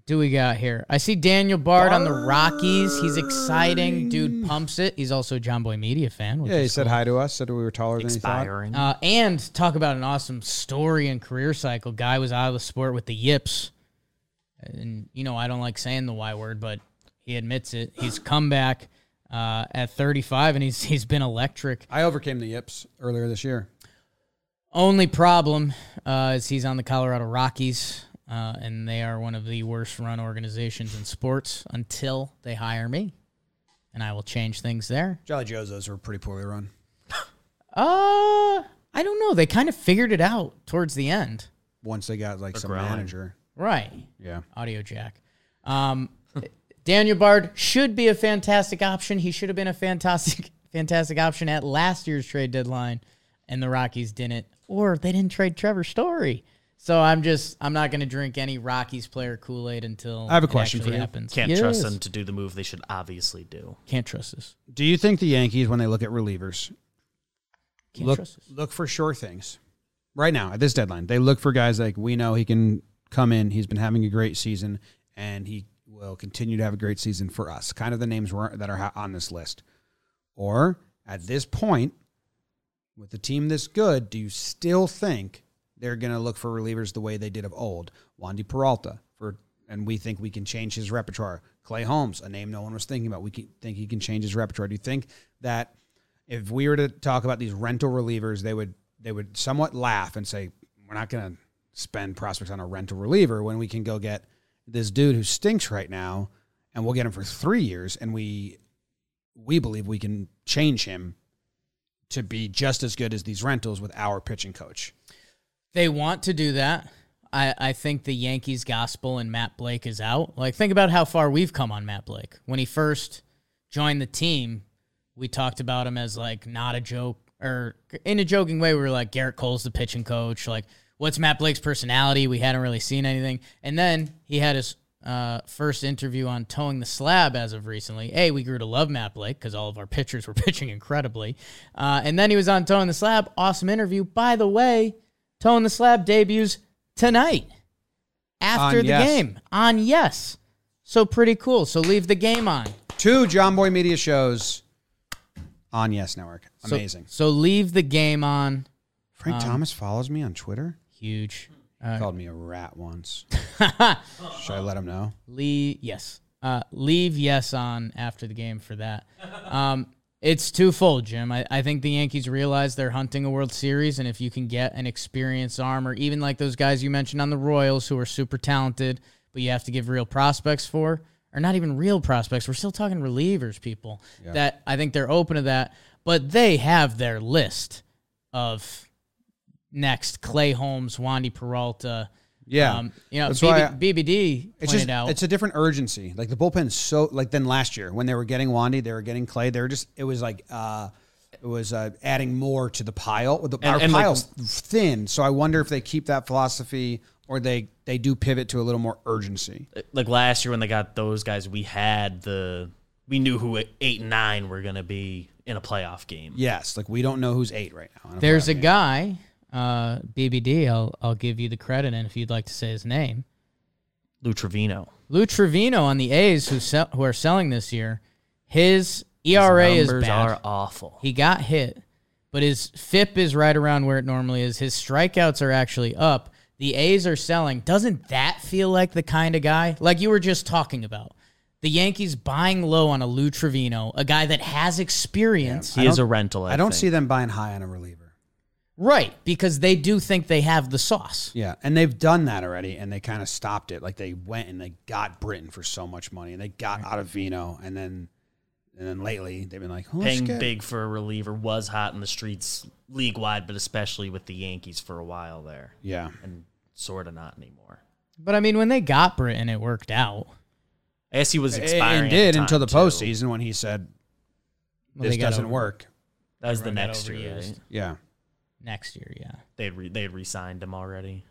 do we got here? I see Daniel Bard on the Rockies. He's exciting. Dude pumps it. He's also a John Boy Media fan. Which Yeah, he is said hi to us. Said we were taller than he thought. expiring. Uh, and talk about an awesome story and career cycle. Guy was out of the sport with the yips. And, you know, I don't like saying the Y word, but he admits it. He's come back uh, at 35 and he's he's been electric. I overcame the yips earlier this year. Only problem uh, is he's on the Colorado Rockies, uh, and they are one of the worst run organizations in sports until they hire me. And I will change things there. Jolly Joes were pretty poorly run. Uh, I don't know. They kind of figured it out towards the end. Once they got like some growing. manager. Right. Yeah, audio jack. Um, Daniel Bard should be a fantastic option. He should have been a fantastic, fantastic option at last year's trade deadline, and the Rockies didn't, or they didn't trade Trevor Story. So I'm just, I'm not going to drink any Rockies player Kool Aid until I have a it question for actually you. Happens. Can't Yes. trust them to do the move they should obviously do. Can't trust this. Do you think the Yankees, when they look at relievers, Can't look trust this. look for sure things right now at this deadline? They look for guys like we know he can come in. He's been having a great season, and he will continue to have a great season for us. Kind of the names we're- that are ha- on this list. Or at this point, with a team this good, do you still think they're going to look for relievers the way they did of old? Wandy Peralta for, and we think we can change his repertoire. Clay Holmes, a name no one was thinking about. We can, think he can change his repertoire. Do you think that if we were to talk about these rental relievers, they would they would somewhat laugh and say, "We're not going to spend prospects on a rental reliever when we can go get this dude who stinks right now, and we'll get him for three years, and we we believe we can change him to be just as good as these rentals with our pitching coach. They want to do that. I, I think the Yankees gospel and Matt Blake is out. Like, think about how far we've come on Matt Blake. When he first joined the team, we talked about him as like not a joke or in a joking way. We were like, Garrett Cole's the pitching coach. Like, what's Matt Blake's personality? We hadn't really seen anything. And then he had his uh, first interview on Towing the Slab as of recently. A, we grew to love Matt Blake because all of our pitchers were pitching incredibly. Uh, and then he was on Towing the Slab. Awesome interview. By the way, Towing the Slab debuts tonight after On the Yes. game on Yes. So pretty cool. So leave the game on. Two John Boy Media shows on Yes Network. So- Amazing. So, leave the game on. Frank Thomas follows me on Twitter. Huge. He called me a rat once. Should I let him know? Leave yes. Uh, leave yes on after the game for that. Um, it's twofold, Jim. I, I think the Yankees realize they're hunting a World Series, and if you can get an experienced arm or even like those guys you mentioned on the Royals who are super talented, but you have to give real prospects for, or not even real prospects. We're still talking relievers, people. That I think they're open to that, but they have their list of next Clay Holmes, Wandy Peralta. Yeah. Um, you know, That's BB, why I- BBD pointed It's just out. it's a different urgency. Like the bullpen's so like then last year when they were getting Wandy, they were getting Clay. They were just it was like uh it was uh, adding more to the pile. The And- our and, like- pile's thin, so I wonder if they keep that philosophy or they they do pivot to a little more urgency. like last year when they got those guys, we had the we knew who at eight and nine were gonna be in a playoff game. Yes, like we don't know who's eight right now. I don't There's a know. guy, uh, BBD. I'll I'll give you the credit, and if you'd like to say his name, Lou Trevino. Lou Trevino on the A's, who sell, who are selling this year. His ERA Numbers is bad. are awful. He got hit, but his FIP is right around where it normally is. His strikeouts are actually up. The A's are selling. Doesn't that feel like the kind of guy like you were just talking about? The Yankees buying low on a Lou Trevino, a guy that has experience. He is a rental. I, I don't think. see them buying high on a reliever. Right, because they do think they have the sauce. Yeah, and they've done that already, and they kind of stopped it. Like they went and they got Britain for so much money, and they got out of Vino, and then and then lately they've been like oh, let's paying get- big for a reliever was hot in the streets league wide, but especially with the Yankees for a while there, Yeah, and sort of not anymore. But I mean, when they got Britain, it worked out. I guess he was It- it expiring. at did time, until the too. postseason when he said Well, this they got doesn't over- work. That was the Everyone got next year. overused. Right? Yeah, Next year, yeah. They had re- they had re-signed him already.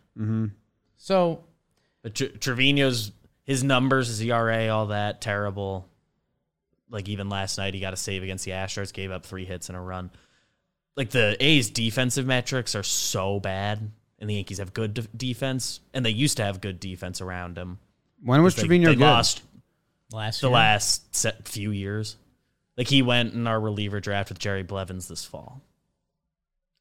So But Tr- Trevino's his numbers, his ERA, all that terrible. Like even last night, he got a save against the Astros, gave up three hits and a run. Like the A's defensive metrics are so bad, and the Yankees have good de- defense, and they used to have good defense around him. when was They, Trevino they good? lost last the year, last set, few years. Like he went in our reliever draft with Jerry Blevins this fall.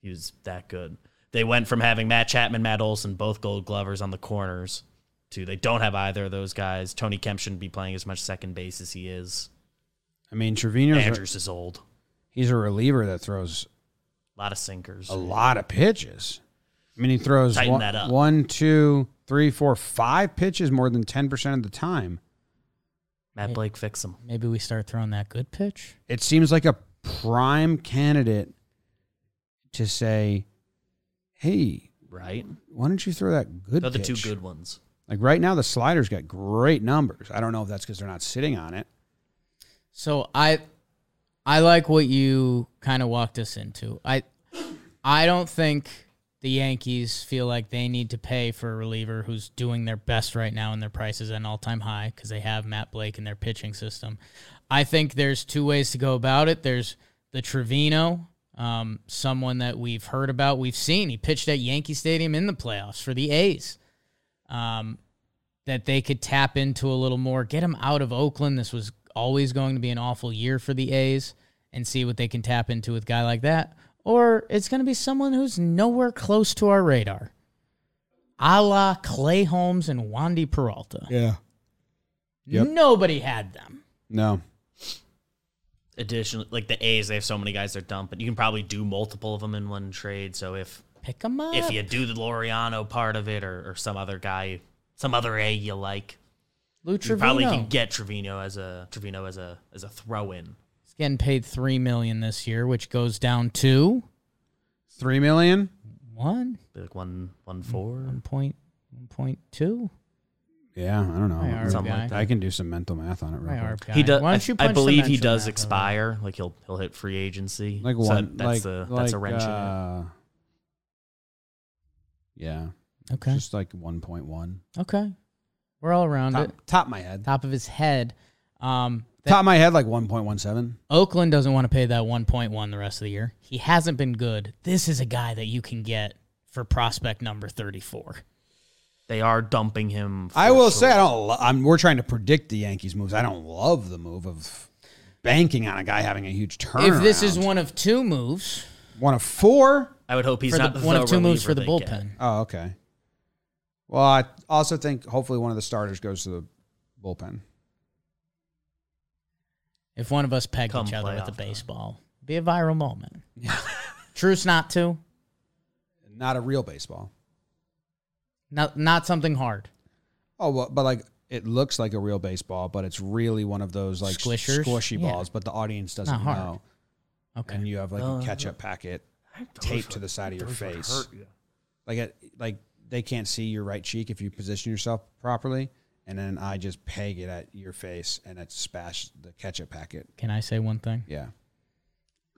He was that good. They went from having Matt Chapman, Matt Olson, both Gold Glovers on the corners, to they don't have either of those guys. Tony Kemp shouldn't be playing as much second base as he is. I mean, Trevino's a, Andrews is old. he's a reliever that throws A lot of sinkers. a lot of pitches. I mean, he throws Tighten one, that up. one, two, three, four, five pitches more than ten percent of the time. Matt Blake fix him. maybe we start throwing that good pitch. It seems like a prime candidate to say, "Hey, Right? why don't you throw that good?" The other two pitch?" good ones. Like right now, the sliders got great numbers. I don't know if that's because they're not sitting on it. So I, I like what you kind of walked us into. I, I don't think the Yankees feel like they need to pay for a reliever who's doing their best right now and their price is at an all-time high because they have Matt Blake in their pitching system. I think there's two ways to go about it. There's the Trevino, um, someone that we've heard about, we've seen. He pitched at Yankee Stadium in the playoffs for the A's. Um, that they could tap into a little more, get him out of Oakland. This was always going to be an awful year for the A's and see what they can tap into with a guy like that. Or it's going to be someone who's nowhere close to our radar, a la Clay Holmes and Wandy Peralta. Yeah. Yep. Nobody had them. No. Additionally, like the A's, they have so many guys they're dumping. You can probably do multiple of them in one trade. So if Pick them up. if you do the Loriano part of it or, or some other guy, some other A you like, Lou you probably Trevino. can get Trevino as a Trevino as a as a throw in. He's getting paid three million this year, which goes down to Three million? one Like one one four. one point one point two. Yeah, I don't know. My arb Something guy. like I can do some mental math on it My real arb quick. guy. He does. Why don't you I, punch the believe he mental does math over expire. Like he'll he'll hit free agency. Like So one, like, that's a that's a like, wrench. in it. Uh, yeah, there? Okay. just like one point one. Okay. We're all around Top, it. top of my head. Top of his head. Um, Top of my head, like 1.17. Oakland doesn't want to pay that 1.1 the rest of the year. He hasn't been good. This is a guy that you can get for prospect number 34. They are dumping him. for I will sure. say I don't. Lo- I'm, we're trying to predict the Yankees' moves. I don't love the move of banking on a guy having a huge turn. If this is one of two moves, one of four. I would hope he's for not the, one of two moves for the reliever they bullpen. get. Oh, okay. Well, I also think hopefully one of the starters goes to the bullpen. If one of us pegged Come each other with a playoff time. baseball, be a viral moment. Truce not to, Not a real baseball. not not something hard. Oh, well, but like it looks like a real baseball, but it's really one of those like Squishers? squishy Yeah. balls. But the audience doesn't Not hard. know, Okay. Uh-huh. and you have like Uh, a ketchup packet taped to the side of your face. Like it, like they can't see your right cheek if you position yourself properly. And then I just peg it at your face, and it spashed the ketchup packet. Can I say one thing? Yeah,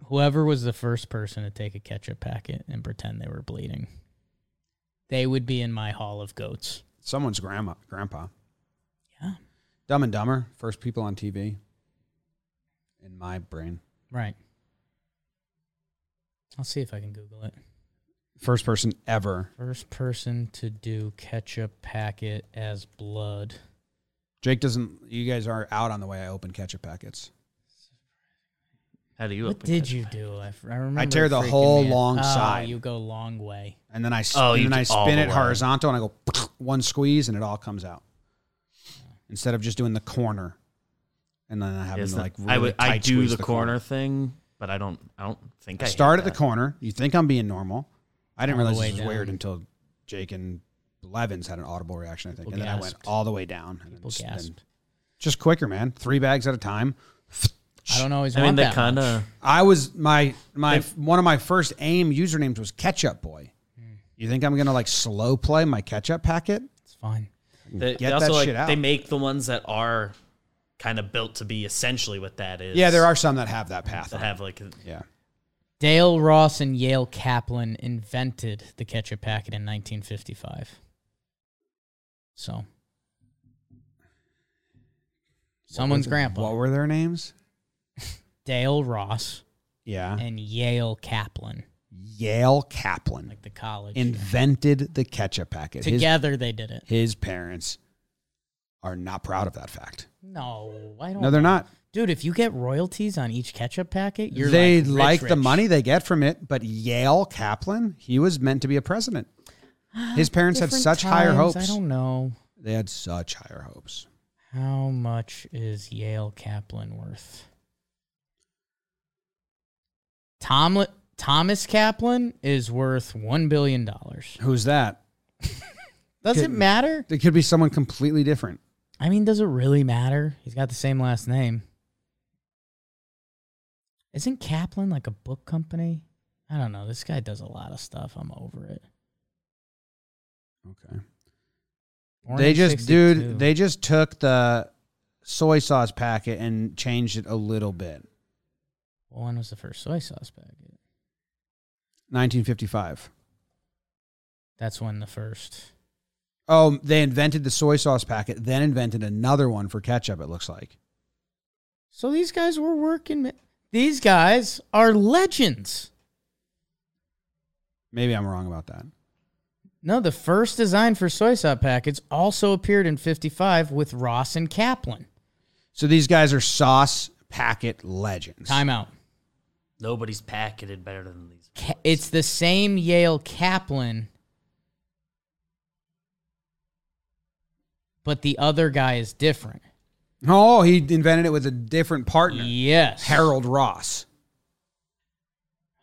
Whoever was the first person to take a ketchup packet and pretend they were bleeding, they would be in my hall of goats. someone's grandma, grandpa. Yeah. Dumb and Dumber, first people on TV. In my brain, Right. I'll see if I can Google it. first person ever. First person to do ketchup packet as blood. Jake doesn't. You guys are out on the way I open ketchup packets. How do you? What open did that? you do? I, f- I remember. I tear it the freaking whole me out. long Oh, side. You go long way. and then I s- Oh, and you then I do all spin the it way. horizontal and I go one squeeze and it all comes out. Instead of just doing the corner, and then I have Is to that- like I really would. I tight do squeeze the, corner, thing, but I don't. I don't think I I, hit start at the that. corner. You think I'm being normal? I didn't All the realize way this was down. weird until Jake and Levins had an audible reaction. I think, People and then I went gasped. all the way down. and People s- then- gasped. Just quicker, man. Three bags at a time. I don't always I mean, want they that kind much. of. I was my my one of my first aim usernames was Ketchup Boy. You think I'm gonna like slow play my ketchup packet? It's fine. They, they Get also that like shit out. they make the ones that are kind of built to be essentially what that is. Yeah, there are some that have that path. that have like yeah, Dale Ross and Yale Kaplan invented the ketchup packet in 1955. So, someone's grandpa, What were their names? Dale Ross Yeah, and Yale Kaplan, Yale Kaplan like the college. invented the ketchup packet. His, Together they did it. his parents are not proud of that fact. No, I don't. No, they're not. Dude, if you get royalties on each ketchup packet, you're they like, like, rich, the rich. money they get from it, but Yale Kaplan, he was meant to be a president. His parents had Different such higher times, hopes. I don't know They had such higher hopes. how much is Yale Kaplan worth. Tom Thomas Kaplan is worth one billion dollars. Who's that? Does it Good. matter? It could be someone completely different. I mean, does it really matter? He's got the same last name. Isn't Kaplan like a book company? I don't know. This guy does a lot of stuff. I'm over it. Okay. Born they in just, 62. dude, they just took the soy sauce packet and changed it a little bit. Well, when was the first soy sauce packet? 1955. That's when the first. Oh, they invented the soy sauce packet, then invented another one for ketchup, it looks like. So these guys were working. ma- These guys are legends. Maybe I'm wrong about that. No, the first design for soy sauce packets also appeared in 55 with Ross and Kaplan. So these guys are sauce packet legends. Timeout. nobody's packeted better than these. Ka- It's the same Yale Kaplan, but the other guy is different. Oh, he invented it with a different partner, Yes. Harold Ross.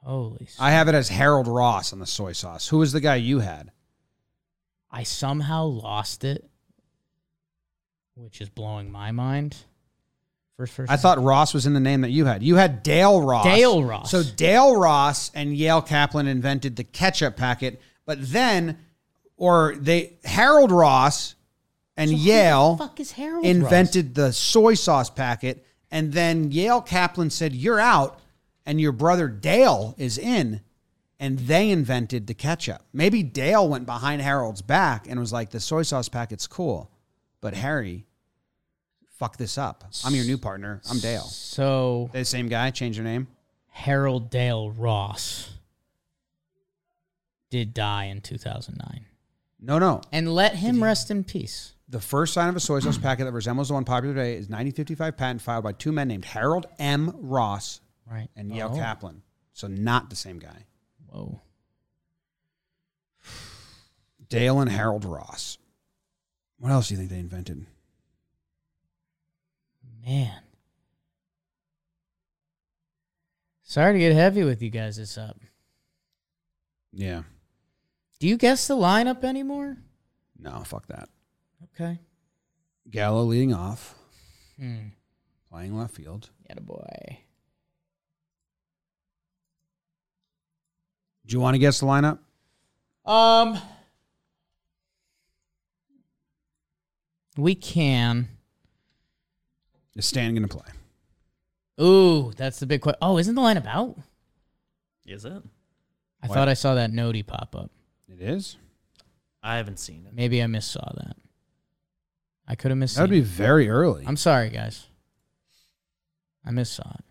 Holy. s- I, I have it as Harold Ross on the soy sauce. Who was the guy you had? somehow lost it, which is blowing my mind. First, first. I thought Ross was in the name that you had. You had Dale Ross. Dale Ross. So Dale Ross and Yale Kaplan invented the ketchup packet, but then, or they Harold Ross and Yale fuck is Harold invented the soy sauce packet, and then Yale Kaplan said, "You're out," and your brother Dale is in, and they invented the ketchup. Maybe Dale went behind Harold's back and was like, "The soy sauce packet's cool," But Harry, fuck this up. I'm your new partner. I'm Dale. So The same guy, change your name. Harold Dale Ross did die in 2009. No, no. And let him rest in peace. The first sign of a soy sauce packet that resembles the one popular today is 1955 patent filed by two men named Harold M. Ross Right. and Yale Oh. Kaplan. So not the same guy. Whoa. Dale and Harold Ross. What else do you think they invented? Man. Sorry to get heavy with you guys this up. Yeah. Do you guess the lineup anymore? No, fuck that. Okay. Gallo leading off, Hmm. playing left field. boy. Do you want to guess the lineup? Um We can. Is Stan going to play? Ooh, that's the big question. Oh, isn't the lineup out? Is it? I What? thought I saw that Nody pop up. It is. I haven't seen it. Maybe I missaw that. I could have missed That would be very early. I'm sorry, guys. I missaw it.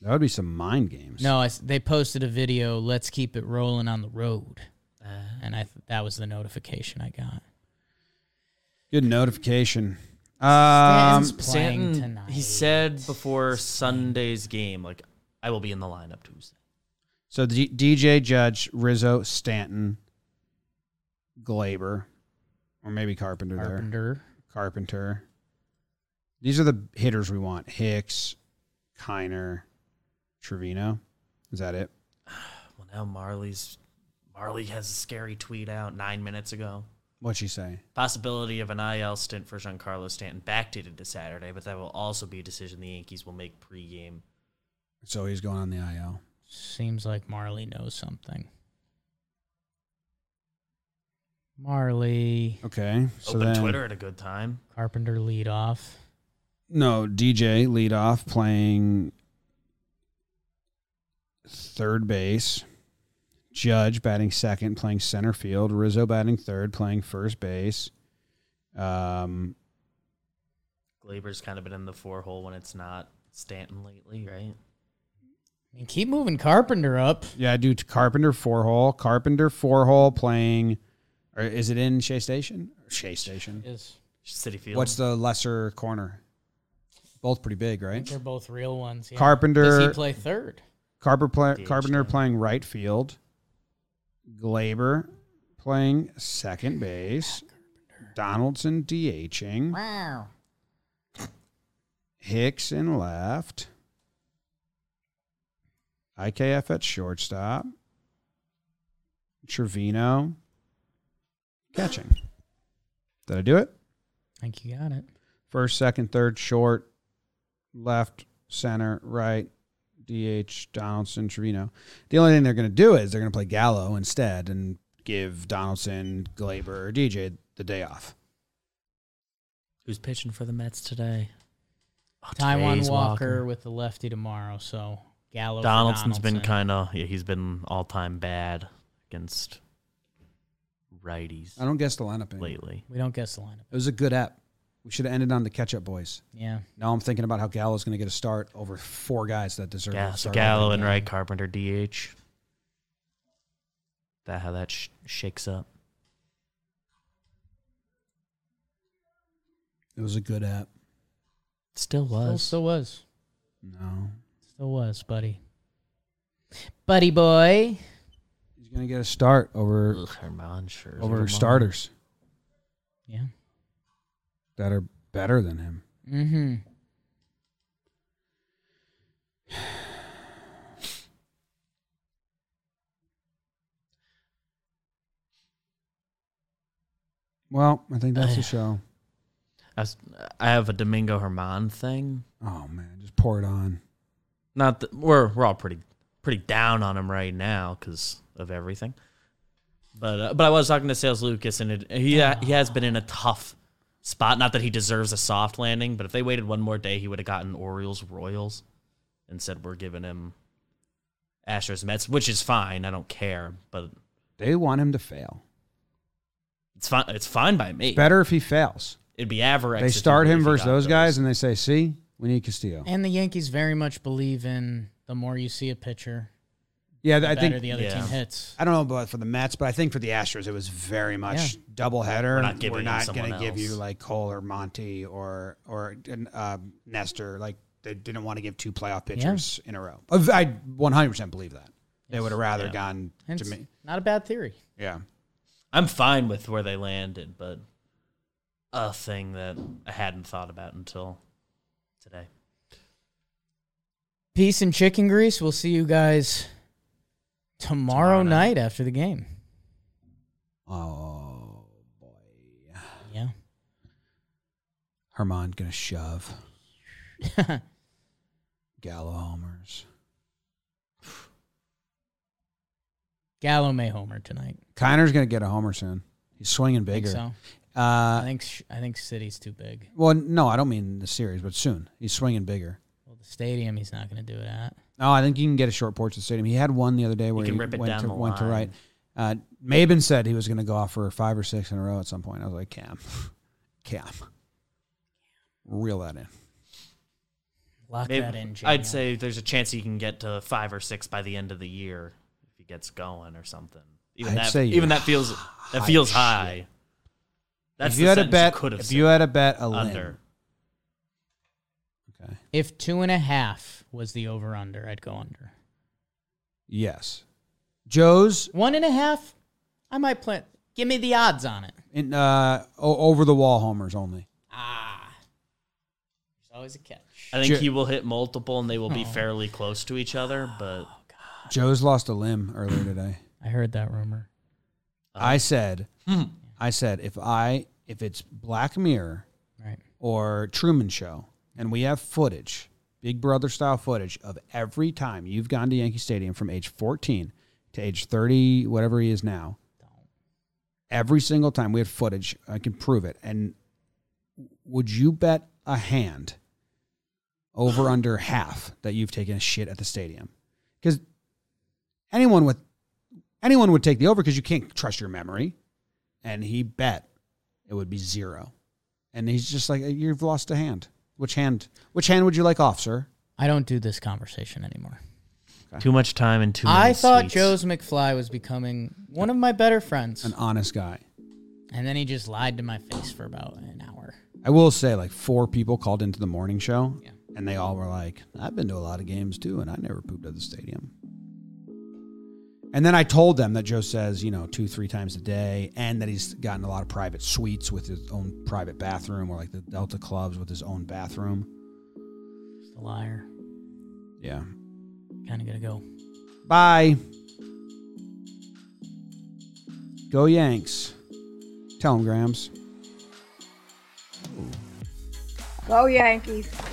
that would be some mind games. No, I s they posted a video. Let's keep it rolling on the road, Uh, and I th- that was the notification I got. Good notification. Um, Stan's- Playing tonight. He said before Sunday's game, like I will be in the lineup Tuesday. so D- DJ Judge, Rizzo, Stanton, Glaber, or maybe Carpenter, there. Carpenter. Carpenter. These are the hitters we want. Hicks, Kiner, Trevino. Is that it? Well, now Marley's Marley has a scary tweet out nine minutes ago. What'd she say? Possibility of an IL stint for Giancarlo Stanton backdated to Saturday, but that will also be a decision the Yankees will make pregame. So he's going on the IL. Seems like Marley knows something. Marley Okay. So Open then, Twitter at a good time. Carpenter lead off. No, DJ lead off playing third base. Judge batting second, playing center field. Rizzo batting third, playing first base. Um, Glaber's kind of been in the four hole when it's not Stanton lately, right? I mean, keep moving Carpenter up. yeah, I do t- Carpenter four hole. Carpenter four hole playing, or is it in Shea Station? Shea Station. Is City Field. What's the lesser corner? Both pretty big, I right? think they're both real ones. Yeah. Carpenter. Does he play third? Carper play, DH Carpenter now. playing right field. Glaber playing second base. Donaldson DHing. Wow. Hicks in left. IKF at shortstop. Trevino catching. Did I do it? I think you got it. First, second, third, short, left, center, right, DH, Donaldson, Trevino. The only thing they're going to do is they're going to play Gallo instead and give Donaldson, Glaber, or DJ the day off. Who's pitching for the Mets today? Oh, Taiwan today's Walker, with the lefty tomorrow. So Gallo. for Donaldson's been Donaldson. kind of yeah, he's been all time bad against righties I don't guess the lineup. Anymore. It lately. We don't guess the lineup. was a good app. We should have ended on the catch up boys. Yeah. Now I'm thinking about how Gallo's going to get a start over four guys that deserve Yeah, a so start. Gallo and Wright Carpenter DH. That how that sh- shakes up. It was a good app. Still Still, was. still was. No. Still was, buddy. Buddy boy. He's going to get a start over Ugh, Herman Scherzer. over Come on. starters Yeah. that are better than him. Mm-hmm. Well, I think that's the show. I, was- I have a Domingo Herman thing. Oh man, just pour it on. Not that we're we're all pretty pretty down on him right now because of everything. But uh, but I was talking to Sales Lucas and it, he uh, he has been in a tough spot. Not that he deserves a soft landing, but if they waited one more day, he would have gotten Orioles Royals and said we're giving him Astros Mets, which is fine. I don't care, but They want him to fail. It's fine. It's fine by me. Better if he fails. It'd be avarice. They if you start him believe he versus got those guys, and they say, "See, we need Castillo." And the Yankees very much believe in the more you see a pitcher, Yeah, the I better think the other yeah. team hits. I don't know about for the Mets, but I think for the Astros, it was very much doubleheader. We're not giving We're you not someone going to give else. you like Cole or Monty or or uh, Nestor. Like they didn't want to give two playoff pitchers in a row. I 100 percent believe that they would have rather Yeah. gone And to it's me. not a bad theory. Yeah, I'm fine with where they landed, but a thing that I hadn't thought about until today. Peace and chicken grease. We'll see you guys tomorrow, Tomorrow night. night after the game. Oh boy, Yeah. Herman gonna shove Gallo homers. Gallo may homer tonight. Kiner's gonna get a homer soon. He's swinging I think bigger. so. I Uh, think sh- I think City's too big. well, no, I don't mean the series, but soon he's swinging bigger. Well, the stadium he's not going to do it at. No, Oh, I think you can get a short porch at the stadium. He had one the other day where can he rip it went, down to, the went to line. right. Uh, Maben said he was going to go off for five or six in a row at some point. I was like, Cam, Cam, reel that in. Lock Maybe- that in. Jamie. I'd say there's a chance he can get to five or six by the end of the year if he gets going or something. Even I'd that, say you're even that feels that feels shit. high. That's if you the had a sentence bet, could have if you had a bet, a limb. under. Okay. if two and a half was the over under, I'd go under. Yes. Joe's One and a half, I might play. Give me the odds on it. in, uh, o- over the wall homers only. Ah, there's always a catch. I think Ju- he will hit multiple and they will be Oh. fairly close to each other, Oh, but Joe's lost a limb earlier today. I heard that rumor. Uh-huh. I said, Hmm. I said, if I if it's Black Mirror, Right. or Truman Show, and we have footage, Big Brother style footage of every time you've gone to Yankee Stadium from age 14 to age 30, whatever he is now. Every single time we had footage, I can prove it. And would you bet a hand over under half that you've taken a shit at the stadium? Because anyone with anyone would take the over because you can't trust your memory. And he bet it would be zero. And he's just like, "You've lost a hand. Which hand? Which hand would you like off, sir?" I don't do this conversation anymore. too much time and too. I thought Joe's McFly was becoming one of my better friends, An honest guy. and then he just lied to my face for about an hour. I will say, like four people called into the morning show, Yeah. and they all were like, "I've been to a lot of games too, and I never pooped at the stadium." And then I told them that Joe says, you know, two, three times a day, and that he's gotten a lot of private suites with his own private bathroom, or like the Delta clubs with his own bathroom. Just a liar. Yeah. Kind of gotta go. Bye. Go Yanks. Tell 'em, Grams. Go Yankees.